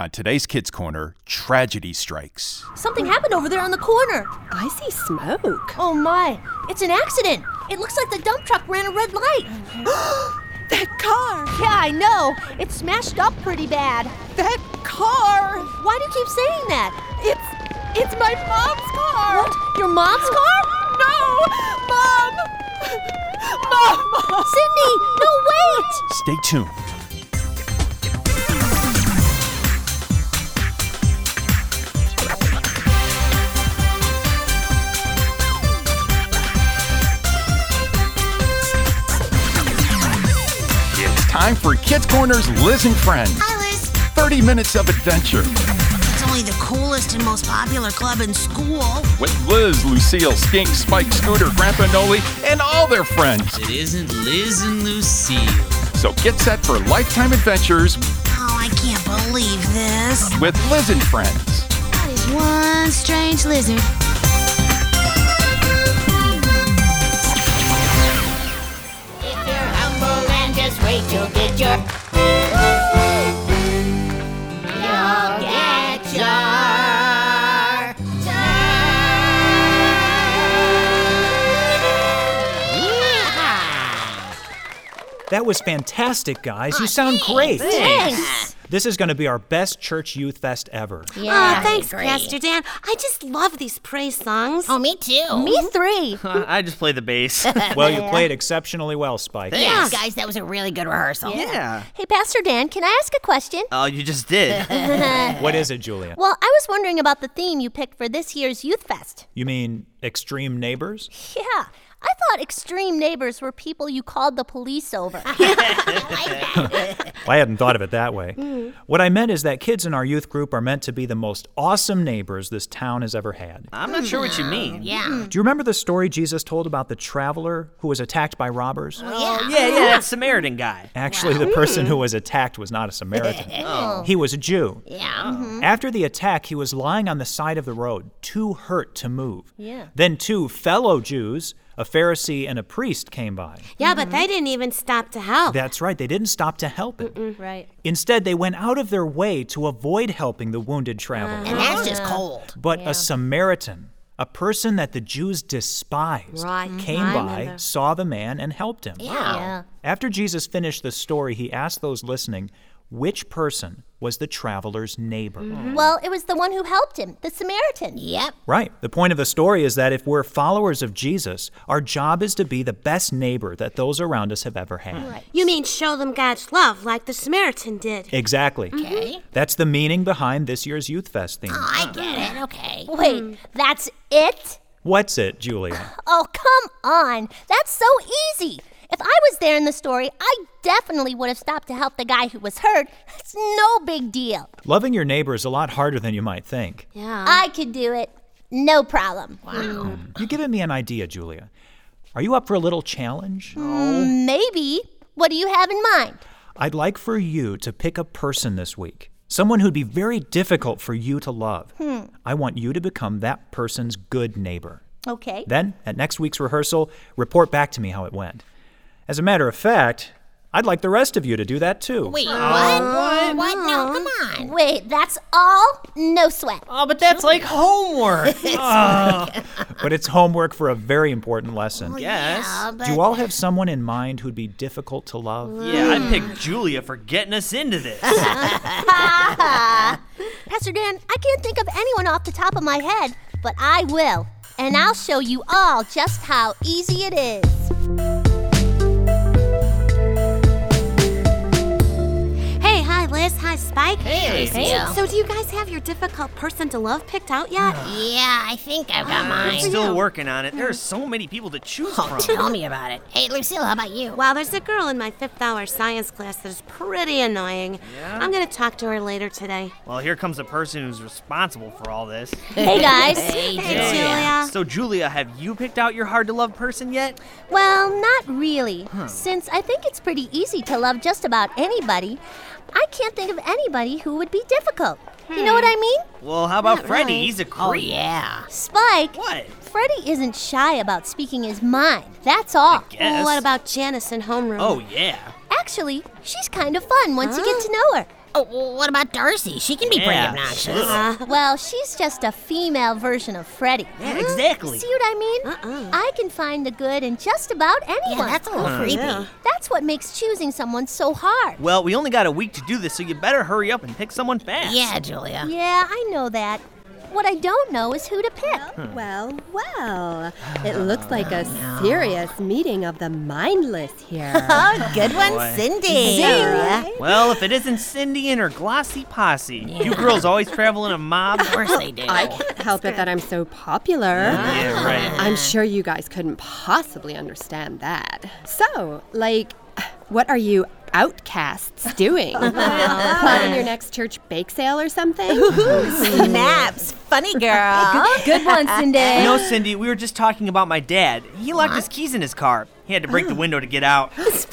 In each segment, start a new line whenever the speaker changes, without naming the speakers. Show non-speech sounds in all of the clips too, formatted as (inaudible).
On Uh, today's Kids Corner, tragedy strikes.
Something happened over there on the corner.
I see smoke.
Oh my, it's an accident. It looks like the dump truck ran a red light.
(gasps) That car!
Yeah, I know. It's smashed up pretty bad.
That car!
Why do you keep saying that?
It's it's my mom's car!
What? Your mom's car?
No! Mom! Mom!
Sydney, no, wait!
Stay tuned. It's time for Kids Corner's Listen Friends. 30 minutes of adventure
It's only the coolest and most popular club in school.
with Liz, Lucille, Skink, Spike, Scooter, Grandpa Noli, and all their friends.
It isn't Liz and Lucille.
So get set for lifetime adventures
Oh, I can't believe this.
with Liz and Friends.
That is one strange lizard.
If you're humble and just wait, you'll get your. You'll get your. turn. Yeehaw!
That was fantastic, guys.
Oh,
You sound great.
Thanks.
This is going to be our best church youth fest ever.
Yeah,
Uh,
oh, thanks,
great.
Pastor Dan. I just love these praise songs.
Oh, me too.
Me three.
I just play the
(laughs)
bass.
Well, you played exceptionally well, Spike.
Yeah, guys, that was a really good rehearsal.
yeah.
Hey, Pastor Dan, can I ask a question?
Oh, you just
(laughs)
did.
What is it, Julia?
Well, I was wondering about the theme you picked for this year's Youth Fest. (laughs)
You mean extreme neighbors?
Yeah, I thought extreme neighbors were people you called the police over.
Well, I hadn't thought of it that way. What I meant is that kids in our youth group are meant to be the most awesome neighbors this town has ever had.
I'm not sure what you mean.
Yeah.
Do you remember the story Jesus told about the traveler who was attacked by robbers?
Oh, yeah, yeah,
(laughs)
that Samaritan guy.
Actually, the person who was attacked was not a Samaritan. He was a Jew. Mm-hmm.
Yeah.
After the attack, he was lying on the side of the road, too hurt to move. Yeah. Then two fellow Jews, a Pharisee and a priest, came by.
(laughs) Yeah, but
Mm-hmm.
they didn't even stop to help.
That's right, they didn't stop to help him.
right.
Instead, they went out of their way to avoid helping the wounded traveler.
And
Ah.
that's just cold.
But a Samaritan, a person that the Jews despised,
Right,
came
I
by,
remember.
saw the man, and helped him.
Mm-hmm. Yeah.
After Jesus finished the story, he asked those listening, which person was the traveler's neighbor?
Well, it was the one who helped him, the Samaritan.
Yep.
Right. The point of the story is that if we're followers of Jesus, our job is to be the best neighbor that those around us have ever had.
You mean show them God's love like the Samaritan did.
Exactly. Okay. That's the meaning behind this year's Youth Fest theme.
Ah.
I get it. Okay.
Hmm.
Wait, that's it?
What's it, Julia?
Oh, come on. That's so easy. If I was there in the story, I definitely would have stopped to help the guy who was hurt. It's no big deal.
Loving your neighbor is a lot harder than you might think.
Yeah.
I could do it. No problem.
You've given me an idea, Julia. Are you up for a little challenge?
Maybe. What do you have in mind?
I'd like for you to pick a person this week, someone who'd be very difficult for you to love. I want you to become that person's good neighbor.
Okay.
Then, at next week's rehearsal, report back to me how it went. As a matter of fact, I'd like the rest of you to do that too.
Wait,
Oh,
uh,
what? What? No, come on.
Wait, that's all? No sweat.
Oh, but that's like homework.
But it's homework for a very important lesson.
(laughs) yes.
Uh, but
Do you all have someone in mind who'd be difficult to love?
Yeah, I picked Julia for getting us into
(laughs)
this.
Pastor Dan, I can't think of anyone off the top of my head, but I will. And I'll show you all just how easy it is.
Hey, hi, Liz. Hi, Spike.
Hey, Lucille.
So, do you guys have your difficult person to love picked out yet?
yeah, I think I've got
I'm
mine.
still working on it. There are so many people to choose from.
Tell me about it. Hey, Lucille, how about you?
Well, there's a girl in my fifth hour science class that is pretty annoying. I'm going to talk to her later today.
Well, here comes the person who's responsible for all this.
Hey, guys.
Hey, Julia.
So, Julia, have you picked out your hard to love person yet?
Well, not really, since I think it's pretty easy to love just about anybody. I can't think of anybody who would be difficult. You know what I mean?
Well, how about Freddy? He's a
Oh,
creep.
yeah.
Spike,
What?
Freddy isn't shy about speaking his mind. That's all.
Yes.
What about Janice in homeroom?
Oh, yeah.
Actually, she's kind of fun once you get to know her.
Oh, well, what about Darcy? She can be
Yeah.
pretty obnoxious.
Well, she's just a female version of Freddy.
Yeah, exactly.
See what I mean?
Uh-uh.
I can find the good in just about
yeah,
anyone.
that's a little creepy.
(laughs) Yeah.
That's what makes choosing someone so hard.
Well, we only got a week to do this, so you better hurry up and pick someone fast.
Yeah, Julia.
Yeah, I know that. What I don't know is who to pick.
Well, well, it looks like a
(sighs)
serious meeting of the mindless here.
(laughs) Oh, good one, Cindy.
Zing.
Well, if it isn't Cindy and her glossy posse, you girls always travel in a mob.
Of course they do.
I can't help it that I'm so popular.
yeah, right.
I'm sure you guys couldn't possibly understand that. So, like, what are you outcasts doing? Planning your next church bake sale or something?
Snaps.
(laughs)
Funny girl.
Good one, Cindy.
You know, Cindy, we were just talking about my dad. He locked his keys in his car. He had to break the window to
(laughs)
get out.
Mm.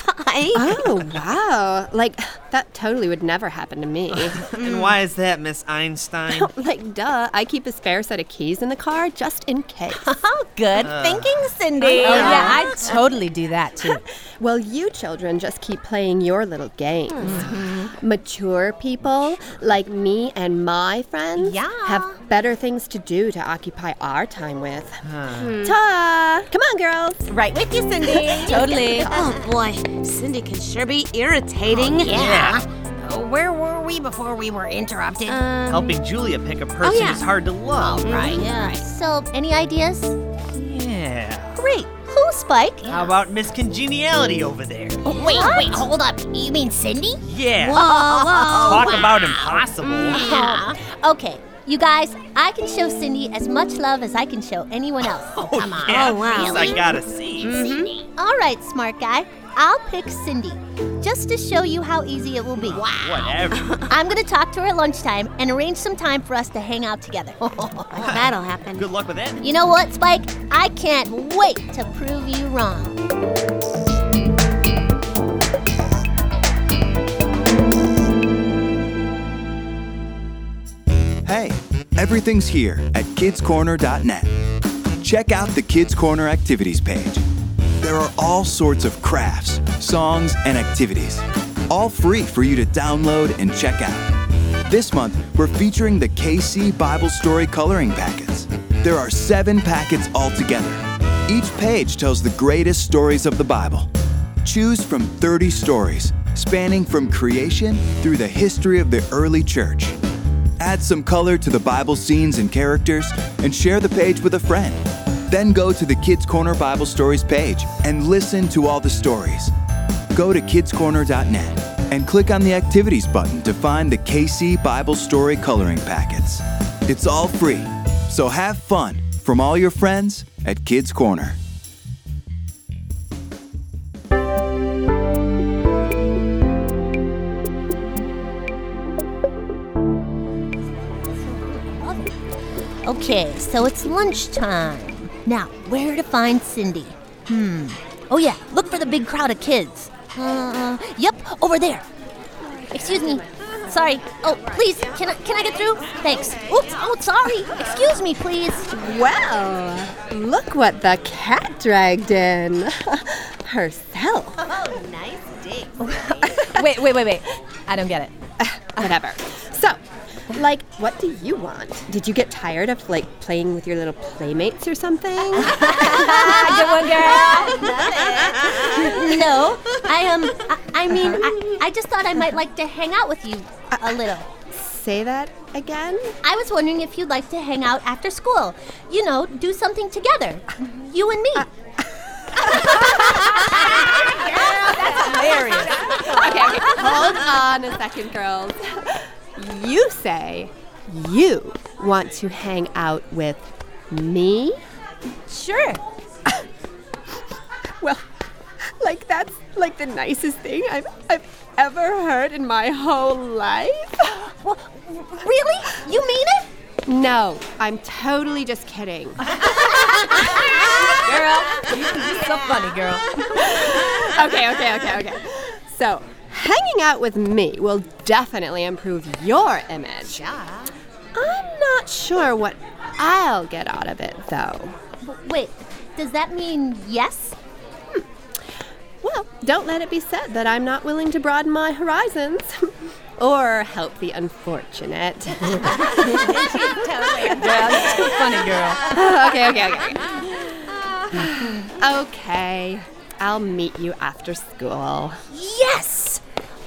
oh, wow. Like, that totally would never happen to me.
and why is that, Miss Einstein?
Oh.
like, duh, I keep a spare set of keys in the car just in case.
Oh, good
Uh,
thinking, Cindy.
Oh, yeah, I'd totally do that too.
Well, you children just keep playing your little games. Mature people like me and my friends
Yeah.
have better things to do to occupy our time with. Ta! Come on, girls.
Right with you, Cindy.
(laughs)
Totally.
Oh boy, Cindy can sure be irritating.
Yeah. Oh, Where were we before we were interrupted?
Helping Julia pick a person
yeah.
is hard to love.
Oh, right.
Yeah. So, any ideas?
Yeah.
Great. Who, Spike?
How about Miss Congeniality over there?
Oh, Wait, wait, hold up. You mean Cindy?
Yeah.
(laughs) Oh,
Talk about impossible.
Oh,
whoa. Okay, you guys, I can show Cindy as much love as I can show anyone else.
(laughs) Oh, come on. Yeah,
Oh, wow.
these
Mm-hmm.
I gotta see.
All right, smart guy. I'll pick Cindy, just to show you how easy it will be.
Whatever.
I'm gonna talk to her at lunchtime and arrange some time for us to hang out together.
That'll happen.
Good luck with that.
you know what, Spike? I can't wait to prove you wrong.
Hey, everything's here at kidscorner.net. Check out the Kids Corner activities page. There are all sorts of crafts, songs, and activities, all free for you to download and check out. This month, we're featuring the KC Bible Story coloring packets. There are seven packets altogether. Each page tells the greatest stories of the Bible. Choose from 30 stories, spanning from creation through the history of the early church. Add some color to the Bible scenes and characters, and share the page with a friend. Then go to the Kids Corner Bible Stories page and listen to all the stories. Go to kidscorner.net and click on the Activities button to find the KC Bible Story coloring packets. It's all free, so have fun from all your friends at Kids Corner.
Okay, so it's lunchtime. Now, where to find Cindy? Hmm. Oh, yeah, look for the big crowd of kids. Uh, yep, over there. Excuse me. Sorry. Oh, please, can I, can I get through? Thanks. Oops, oh, sorry. Excuse me, please.
Well, look what the cat dragged in. (laughs) Herself.
Wait, wait, wait, wait. I don't get it.
Whatever. So, like, what do you want? Did you get tired of, like, playing with your little playmates or something?
No, I um, I, I mean, I, I just thought I might like to hang out with you a little.
Say that again?
I was wondering if you'd like to hang out after school. You know, do something together. You and me.
Okay, hold on a second, girls. You say you want to hang out with me?
Sure.
Well, like that's like the nicest thing I've, I've ever heard in my whole life.
Well, really? You mean it?
No, I'm totally
(laughs)
just kidding.
So funny, girl.
Okay, okay, okay, okay. So, hanging out with me will definitely improve your image. I'm not sure what I'll get out of it, though.
Wait, does that mean yes?
Well, don't let it be said that I'm not willing to broaden my horizons. (laughs) or help the unfortunate. (laughs)
That's too funny, girl.
(laughs) okay, okay, okay. okay. okay, I'll meet you after school.
Yes!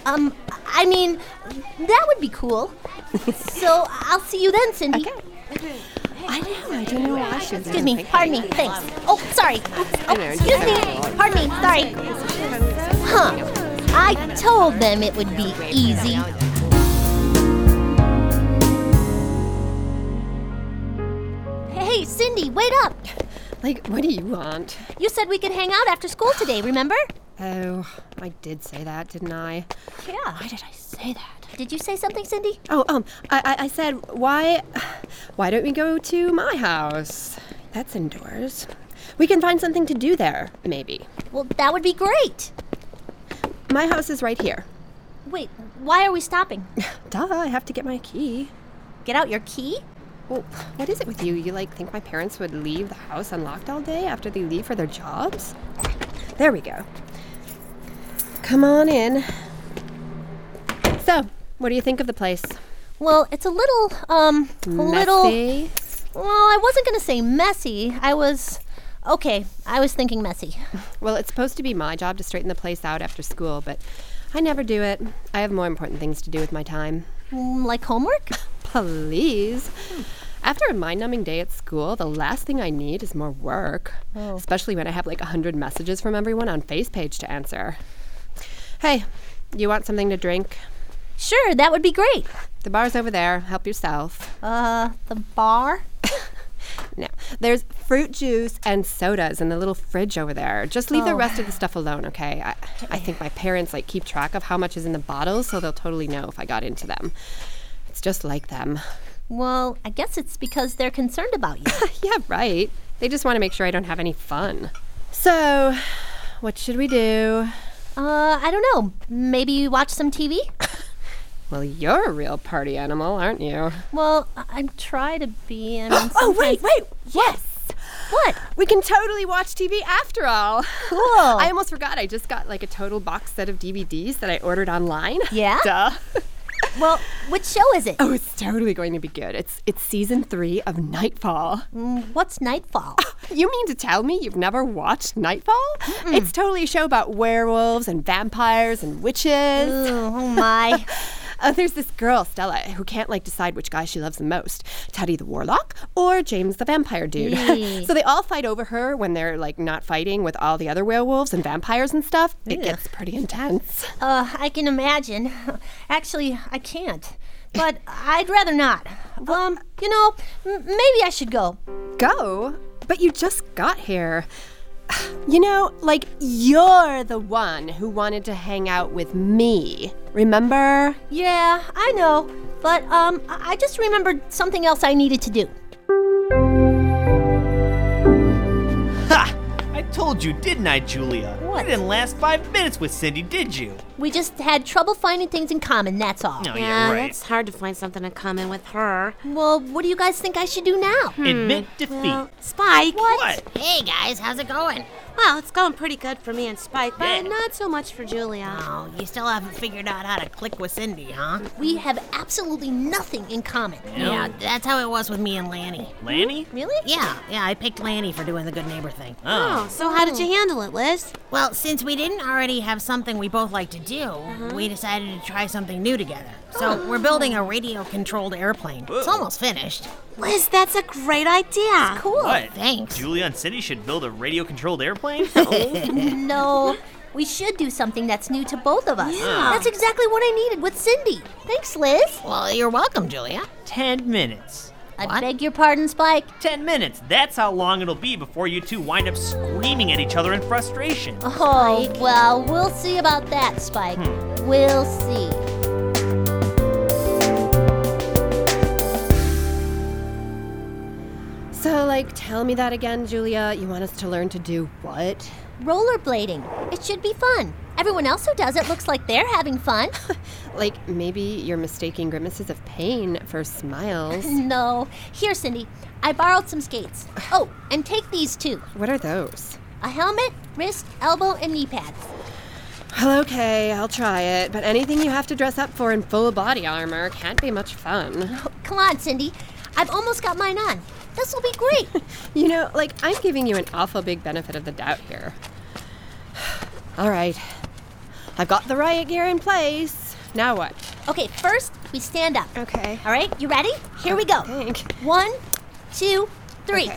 Um, I mean, that would be (laughs) cool. so I'll see you then, Cindy. Okay.
I know, I don't know why she was
Excuse me, pardon me, thanks. Oh, sorry. Oh, excuse me, pardon me, sorry. Huh. I told them it would be easy. Hey, Cindy, wait up.
Like, what do you want?
You said we could hang out after school today, remember?
Oh, I did say that, didn't I?
Yeah. Why did I say that? Did you say something, Cindy?
Oh, um, I, I, I said, why, why don't we go to my house? That's indoors. We can find something to do there, maybe.
Well, that would be great.
My house is right here.
Wait, why are we stopping?
Duh, I have to get my key.
Get out your key?
Well, what is it with you? You like think my parents would leave the house unlocked all day after they leave for their jobs? There we go. Come on in. So, what do you think of the place?
Well, it's a little, um, a little.
Messy?
Well, I wasn't gonna say messy. I was. Okay, I was thinking messy.
Well, it's supposed to be my job to straighten the place out after school, but I never do it. I have more important things to do with my time.
Mm, Like homework?
Please. After a mind numbing day at school, the last thing I need is more work. Especially when I have like 100 messages from everyone on FacePage to answer. Hey, you want something to drink?
Sure, that would be great.
The bar's over there. Help yourself.
Uh, the bar?
No. There's fruit juice and sodas in the little fridge over there. Just leave the rest of the stuff alone, okay? I, I think my parents like keep track of how much is in the bottles, so they'll totally know if I got into them. It's just like them.
Well, I guess it's because they're concerned about you. (laughs)
Yeah, right. They just want to make sure I don't have any fun. So, what should we do?
Uh, I don't know. Maybe you watch some TV?
Well, you're a real party animal, aren't you?
Well, I- I'm try to be. (gasps) I mean, sometimes-
Oh, wait. Yes.
What?
We can totally watch TV after all. Cool. (laughs) I almost forgot. I just got like a total box set of DVDs that I ordered online.
Yeah?
(laughs) Duh.
Well, which show is it?
Oh, it's totally going to be good. It's it's season three of Nightfall.
What's Nightfall?
You mean to tell me you've never watched Nightfall? It's totally a show about werewolves and vampires and witches.
Ooh, oh my.
Uh, there's this girl, Stella, who can't like decide which guy she loves the most Teddy the Warlock or James the Vampire Dude. (laughs) so they all fight over her when they're like not fighting with all the other werewolves and vampires and stuff. It gets pretty intense.
(laughs) Uh, I can imagine. Actually, I can't. But I'd rather not. Um, you know, m- maybe I should go.
Go? But you just got here. You know, like you're the one who wanted to hang out with me. Remember?
Yeah, I know. But um, I I just remembered something else I needed to do.
Ha! I told you, didn't I, Julia?
What?
You didn't last five minutes with Cindy, did you?
We just had trouble finding things in common, that's all.
Oh,
Yeah,
yeah, right.
that's hard to find something in common with her.
Well, what do you guys think I should do now?
Admit defeat.
Well, Spike.
what?
Hey guys, how's it going?
Well, it's going pretty good for me and Spike, but not so much for Julia.
Oh, you still haven't figured out how to click with Cindy, huh?
We have absolutely nothing in common.
Yeah, that's how it was with me and Lanny.
Lanny?
Really?
Yeah, yeah, I picked Lanny for doing the good neighbor thing.
Oh, so how did you handle it, Liz?
Well, since we didn't already have something we both like to do, we decided to try something new together. So we're building a radio controlled airplane. It's almost finished.
Liz, that's a great idea.
Cool.
What?
thanks.
Julia and Cindy should build a radio controlled airplane? Oh,
No, we should do something that's new to both of us. That's exactly what I needed with Cindy. Thanks, Liz.
Well, you're welcome, Julia.
Ten minutes.
I beg your pardon, Spike.
Ten minutes. That's how long it'll be before you two wind up screaming at each other in frustration.
Oh, well, we'll see about that, Spike. We'll see.
So, like, tell me that again, Julia. You want us to learn to do what?
Rollerblading. It should be fun. Everyone else who does it looks like they're having fun.
Like, maybe you're mistaking grimaces of pain for smiles.
no. Here, Cindy. I borrowed some skates. Oh, and take these too.
what are those?
A helmet, wrist, elbow, and knee pads.
Okay, I'll try it, but anything you have to dress up for in full body armor can't be much fun.
Come on, Cindy. I've almost got mine on. This will be great.
you know, like, I'm giving you an awful big benefit of the doubt here. (sighs) All right. I've got the riot gear in place. Now what?
Okay, first we stand up.
Okay.
All right, you ready? Here we go. One, two, three.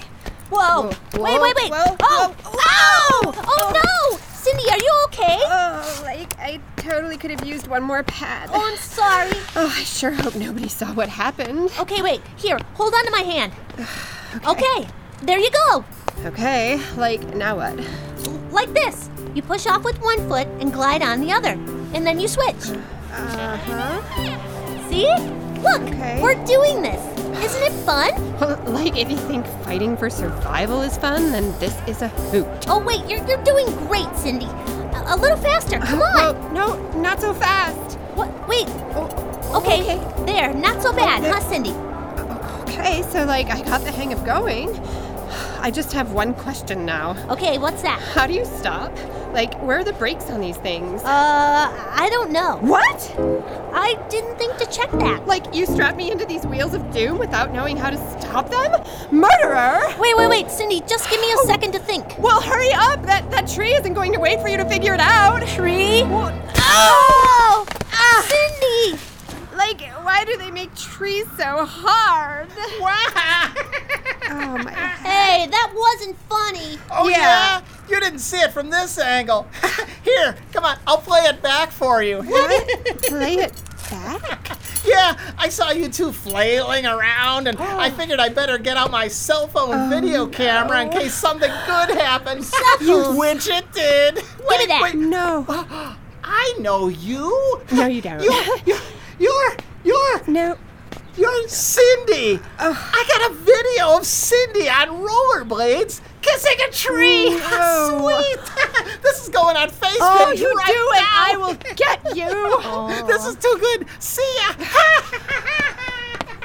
Whoa. Wait, wait, wait. oh! Ow! Oh, no! Cindy, are you okay?
Oh, like, I totally could have used one more pad.
Oh, I'm sorry.
Oh, I sure hope nobody saw what happened.
Okay, wait. Here, hold on to my hand. (sighs) okay. there you go.
Okay, like, now what?
Like this. You push off with one foot and glide on the other, and then you switch. Uh huh. See? Look, we're doing this. Isn't it fun?
Well, like, if you think fighting for survival is fun, then this is a hoot.
Oh, wait, you're, you're doing great, Cindy. A, a little
(laughs)
faster. Come on.
no, not so fast.
What? Wait.
Oh,
okay. There, not so bad, huh, Cindy?
Okay, so, like, I got the hang of going. (sighs) I just have one question now.
Okay, what's that?
How do you stop? Like, where are the brakes on these things?
Uh, I don't know.
What?
I didn't think to check that.
Like, you strapped me into these wheels of doom without knowing how to stop them? Murderer!
Wait, wait, wait, Cindy, just give me
Oh.
a second to think.
Well, hurry up! That, that tree isn't going to wait for you to figure it out!
Tree?
What?
Oh!
Ah.
Cindy!
Like, why do they make trees so hard? oh, my.
Hey, that wasn't funny.
Oh yeah. You didn't see it from this angle. Here, come on, I'll play it back for you.
play it back?
Yeah, I saw you two flailing around, and I figured I better get out my cell phone
Oh,
video camera in case something good
(laughs)
happens.
Suckles.
Which it did. Give wait,
me that.
Wait.
No.
(gasps) I know you.
No, you don't.
You're, you're, you're, you're.
No.
You're Cindy. I got a video of Cindy on rollerblades kissing a tree. (laughs)
No.
Sweet. (laughs) this is going on Facebook
Oh, you
right
do it.
now.
I will get
(laughs)
you.
This is too good. See ya.
(laughs)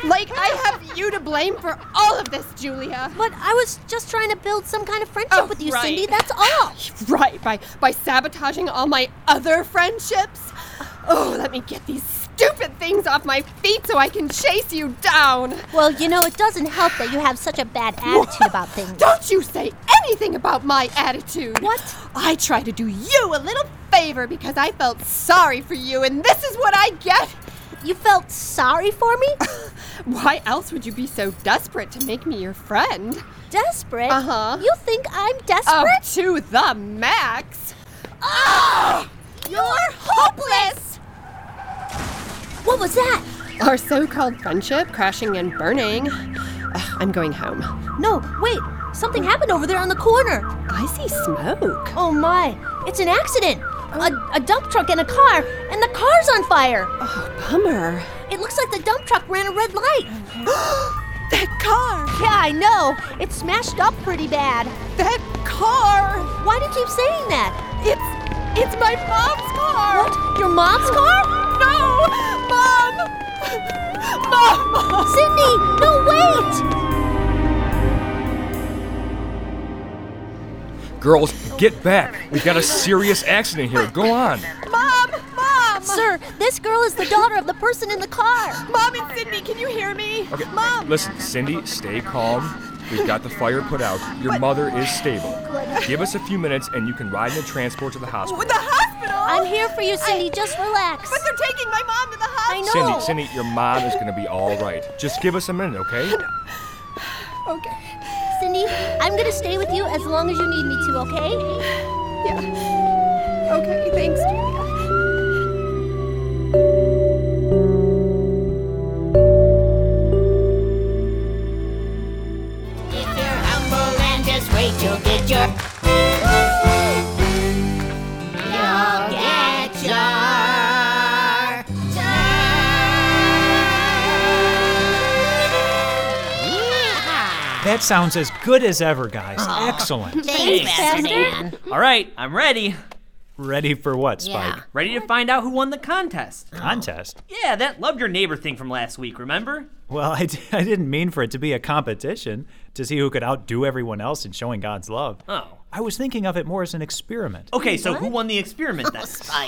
Like, I have you to blame for all of this, Julia.
But I was just trying to build some kind of friendship
Oh,
with you,
right.
Cindy. That's
(laughs)
all.
Right, by, by sabotaging all my other friendships? Oh, let me get these stupid things off my feet so I can chase you down.
Well, you know, it doesn't help that you have such a bad attitude about things.
Don't you say anything about my attitude.
What?
I try to do you a little favor because I felt sorry for you, and this is what I get.
You felt sorry for
(laughs)
me?
Why else would you be so desperate to make me your friend?
Desperate?
Uh-huh.
You think I'm
Up
desperate?
to the max. Ah! You're hopeless!
what was that?
Our so called friendship crashing and burning. Ugh, I'm going home.
No, wait. Something happened over there on the corner.
I see smoke.
Oh my. It's an accident. A, a dump truck and a car, and the car's on fire.
Bummer.
It looks like the dump truck ran a red light.
That car!
Yeah, I know. It's smashed up pretty bad.
That car!
Why do you keep saying that?
It's it's my mom's car.
What? Your mom's car?
No, mom, mom.
Sydney, no, wait!
Girls, get back. We've got a serious accident here. Go on.
Mom, mom,
Sir, this girl is the daughter of the person in the car.
mom and Sydney, can you hear me?
Okay.
Mom,
Listen, Cindy, stay calm. We've got the fire put out. Your mother is stable. Give us a few minutes and you can ride in the transport to the hospital.
with the hospital.
I'm here for you, Cindy. Just relax.
Oh, But they're taking my mom to the hospital.
Cindy, Cindy, your mom is going to be all right. Just give us a minute, okay?
Okay.
Cindy, I'm gonna stay with you as long as you need me to, okay?
Yeah. Okay. Thanks, Julia.
If you're humble and just wait, you'll get your. You'll get your.
That sounds as good as ever, guys. Excellent.
Thanks, Pastor Dan.
All right, I'm ready.
Ready for what, Spike?
Ready to find out who won the contest.
Contest?
Yeah, that love your neighbor thing from last week, remember?
Well, I, d- I didn't mean for it to be a competition to see who could outdo everyone else in showing God's love.
Oh.
I was thinking of it more as an experiment.
Okay, so who won the experiment then?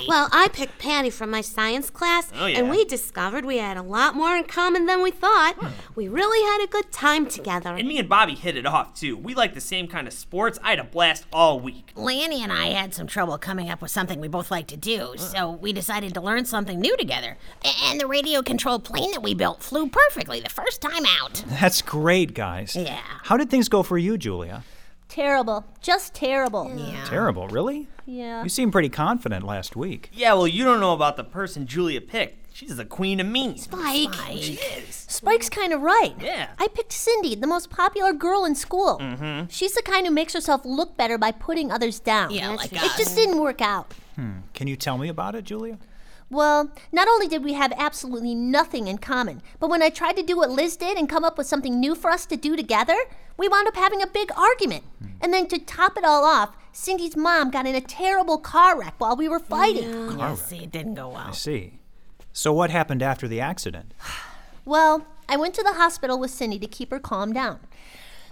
Well, I picked Patty from my science class,
Oh, yeah.
and we discovered we had a lot more in common than we thought. We really had a good time together.
And me and Bobby hit it off too. We like the same kind of sports. I had a blast all week.
Lanny and I had some trouble coming up with something we both like to
Uh.
do, so we decided to learn something new together. A- And the radio controlled plane that we built flew perfectly the first time out.
That's great, guys.
Yeah.
How did things go for you, Julia?
Terrible. Just terrible. Yeah.
Terrible, really?
Yeah.
You seemed pretty confident last week.
Yeah, well, you don't know about the person Julia picked. She's the queen of mean.
Spike. Spike's kind of right. Yeah. I picked Cindy, the most popular girl in school.
Mhm.
She's the kind who makes herself look better by putting others down. Mm-hmm. Yeah,
like
It just didn't work out.
Hmm. Can you tell me about it, Julia?
Well, not only did we have absolutely nothing in common, but when I tried to do what Liz did and come up with something new for us to do together, we wound up having a big argument. And then to top it all off, Cindy's mom got in a terrible car wreck while we were fighting.
Car
(laughs)
wreck.
See, it didn't go well.
I see. So what happened after the accident?
Well, I went to the hospital with Cindy to keep her calm down.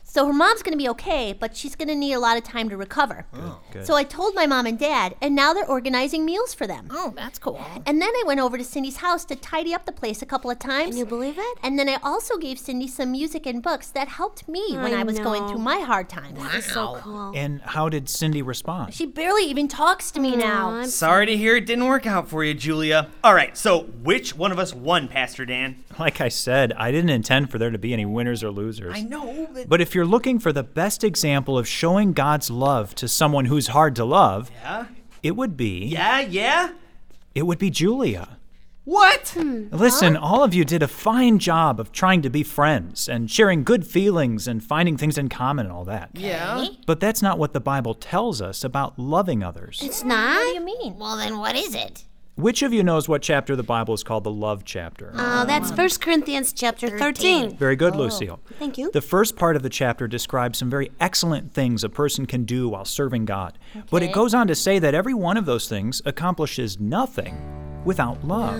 So her mom's going to be okay, but she's going to need a lot of time to recover.
Good.
So I told my mom and dad, and now they're organizing meals for them.
Oh, that's cool.
And then I went over to Cindy's house to tidy up the place a couple of times. Can you believe it? And then I also gave Cindy some music and books that helped me when
I
I was going
know.
through my hard times.
so cool.
And how did Cindy respond?
Oh. She barely even talks to me now.
Sorry to hear it didn't work out for you, Julia. All right, so which one of us won, Pastor Dan?
Like I said, I didn't intend for there to be any winners or losers.
I know, but,
But if you're looking for the best example of showing God's love to someone who's hard to love,
yeah,
it would be
yeah, yeah.
it would be Julia.
What?
Listen, all of you did a fine job of trying to be friends and sharing good feelings and finding things in common and all that.
Yeah.
But that's not what the Bible tells us about loving others.
It's not? What
do you mean?
Well, then what is it?
Which of you knows what chapter of the Bible is called the love
Uh,
chapter?
Oh, that's 1 Corinthians chapter 13.
Very good, Lucille.
Oh, Thank you.
The first part of the chapter describes some very excellent things a person can do while serving God. But it
Okay.
goes on to say that every one of those things accomplishes nothing without love.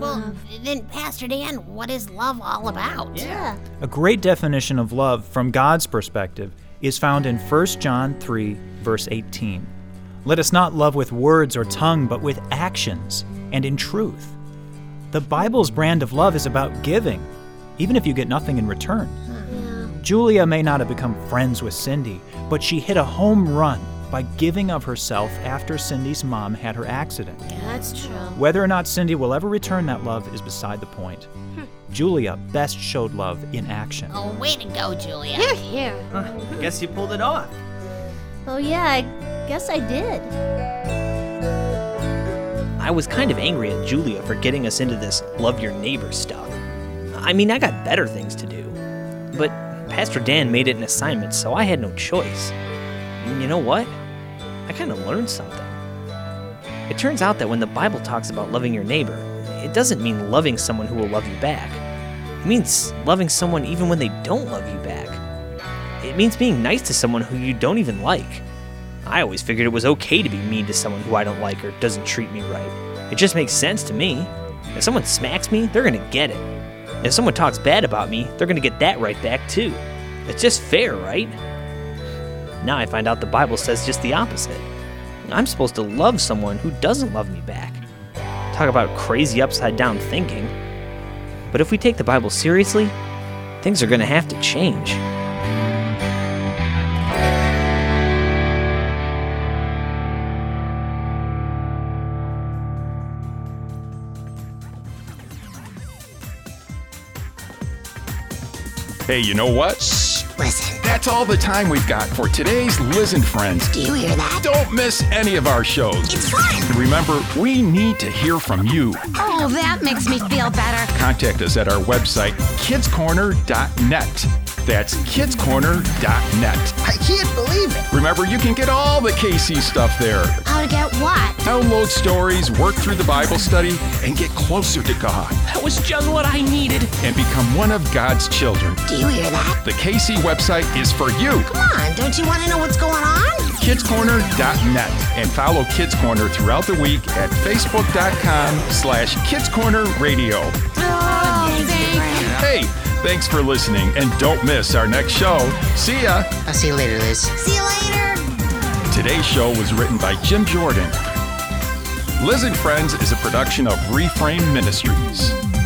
Well, then, Pastor Dan, what is love all about? Yeah.
A great definition of love from God's perspective is found in 1 John 3, verse 18. Let us not love with words or tongue, but with actions and in truth. The Bible's brand of love is about giving, even if you get nothing in return. Julia may not have become friends with Cindy, but she hit a home run by giving of herself after Cindy's mom had her accident.
That's true.
Whether or not Cindy will ever return that love is beside the point. Julia best showed love in action.
Oh, way to go, Julia.
Here, here.
Guess you pulled it off.
Oh, yeah, I guess I did.
I was kind of angry at Julia for getting us into this love your neighbor stuff. I mean, I got better things to do. But Pastor Dan made it an assignment, so I had no choice. And you know what? I kind of learned something. It turns out that when the Bible talks about loving your neighbor, it doesn't mean loving someone who will love you back. It means loving someone even when they don't love you back. It means being nice to someone who you don't even like. I always figured it was okay to be mean to someone who I don't like or doesn't treat me right. It just makes sense to me. If someone smacks me, they're gonna get it. If someone talks bad about me, they're gonna get that right back too. It's just fair, right? Now I find out the Bible says just the opposite. I'm supposed to love someone who doesn't love me back. Talk about crazy upside down thinking. But if we take the Bible seriously, things are gonna have to change.
Hey, you know what?
Listen. That's all the time we've got for today's Listen Friends. Do you hear that? Don't miss any of our shows. It's fun. Remember, we need to hear from you.
Oh, that makes me feel better.
Contact us at our website, kidscorner.net. That's kidscorner.net.
I can't believe it.
Remember, you can get all the KC stuff there.
How to get what?
Download stories, work through the Bible study, and get closer to God.
That was just what I needed.
And become one of God's children.
Do you hear that?
The KC website is for you.
Come on, don't you want to know what's going on?
kidscorner.net and follow Kids Corner throughout the week at facebook.com slash kidscornerradio.
Amazing.
Hey, Thanks for listening, and don't miss our next show. See ya.
I'll see you later, Liz.
See you later.
Today's show was written by Jim Jordan. Liz and Friends is a production of Reframe Ministries.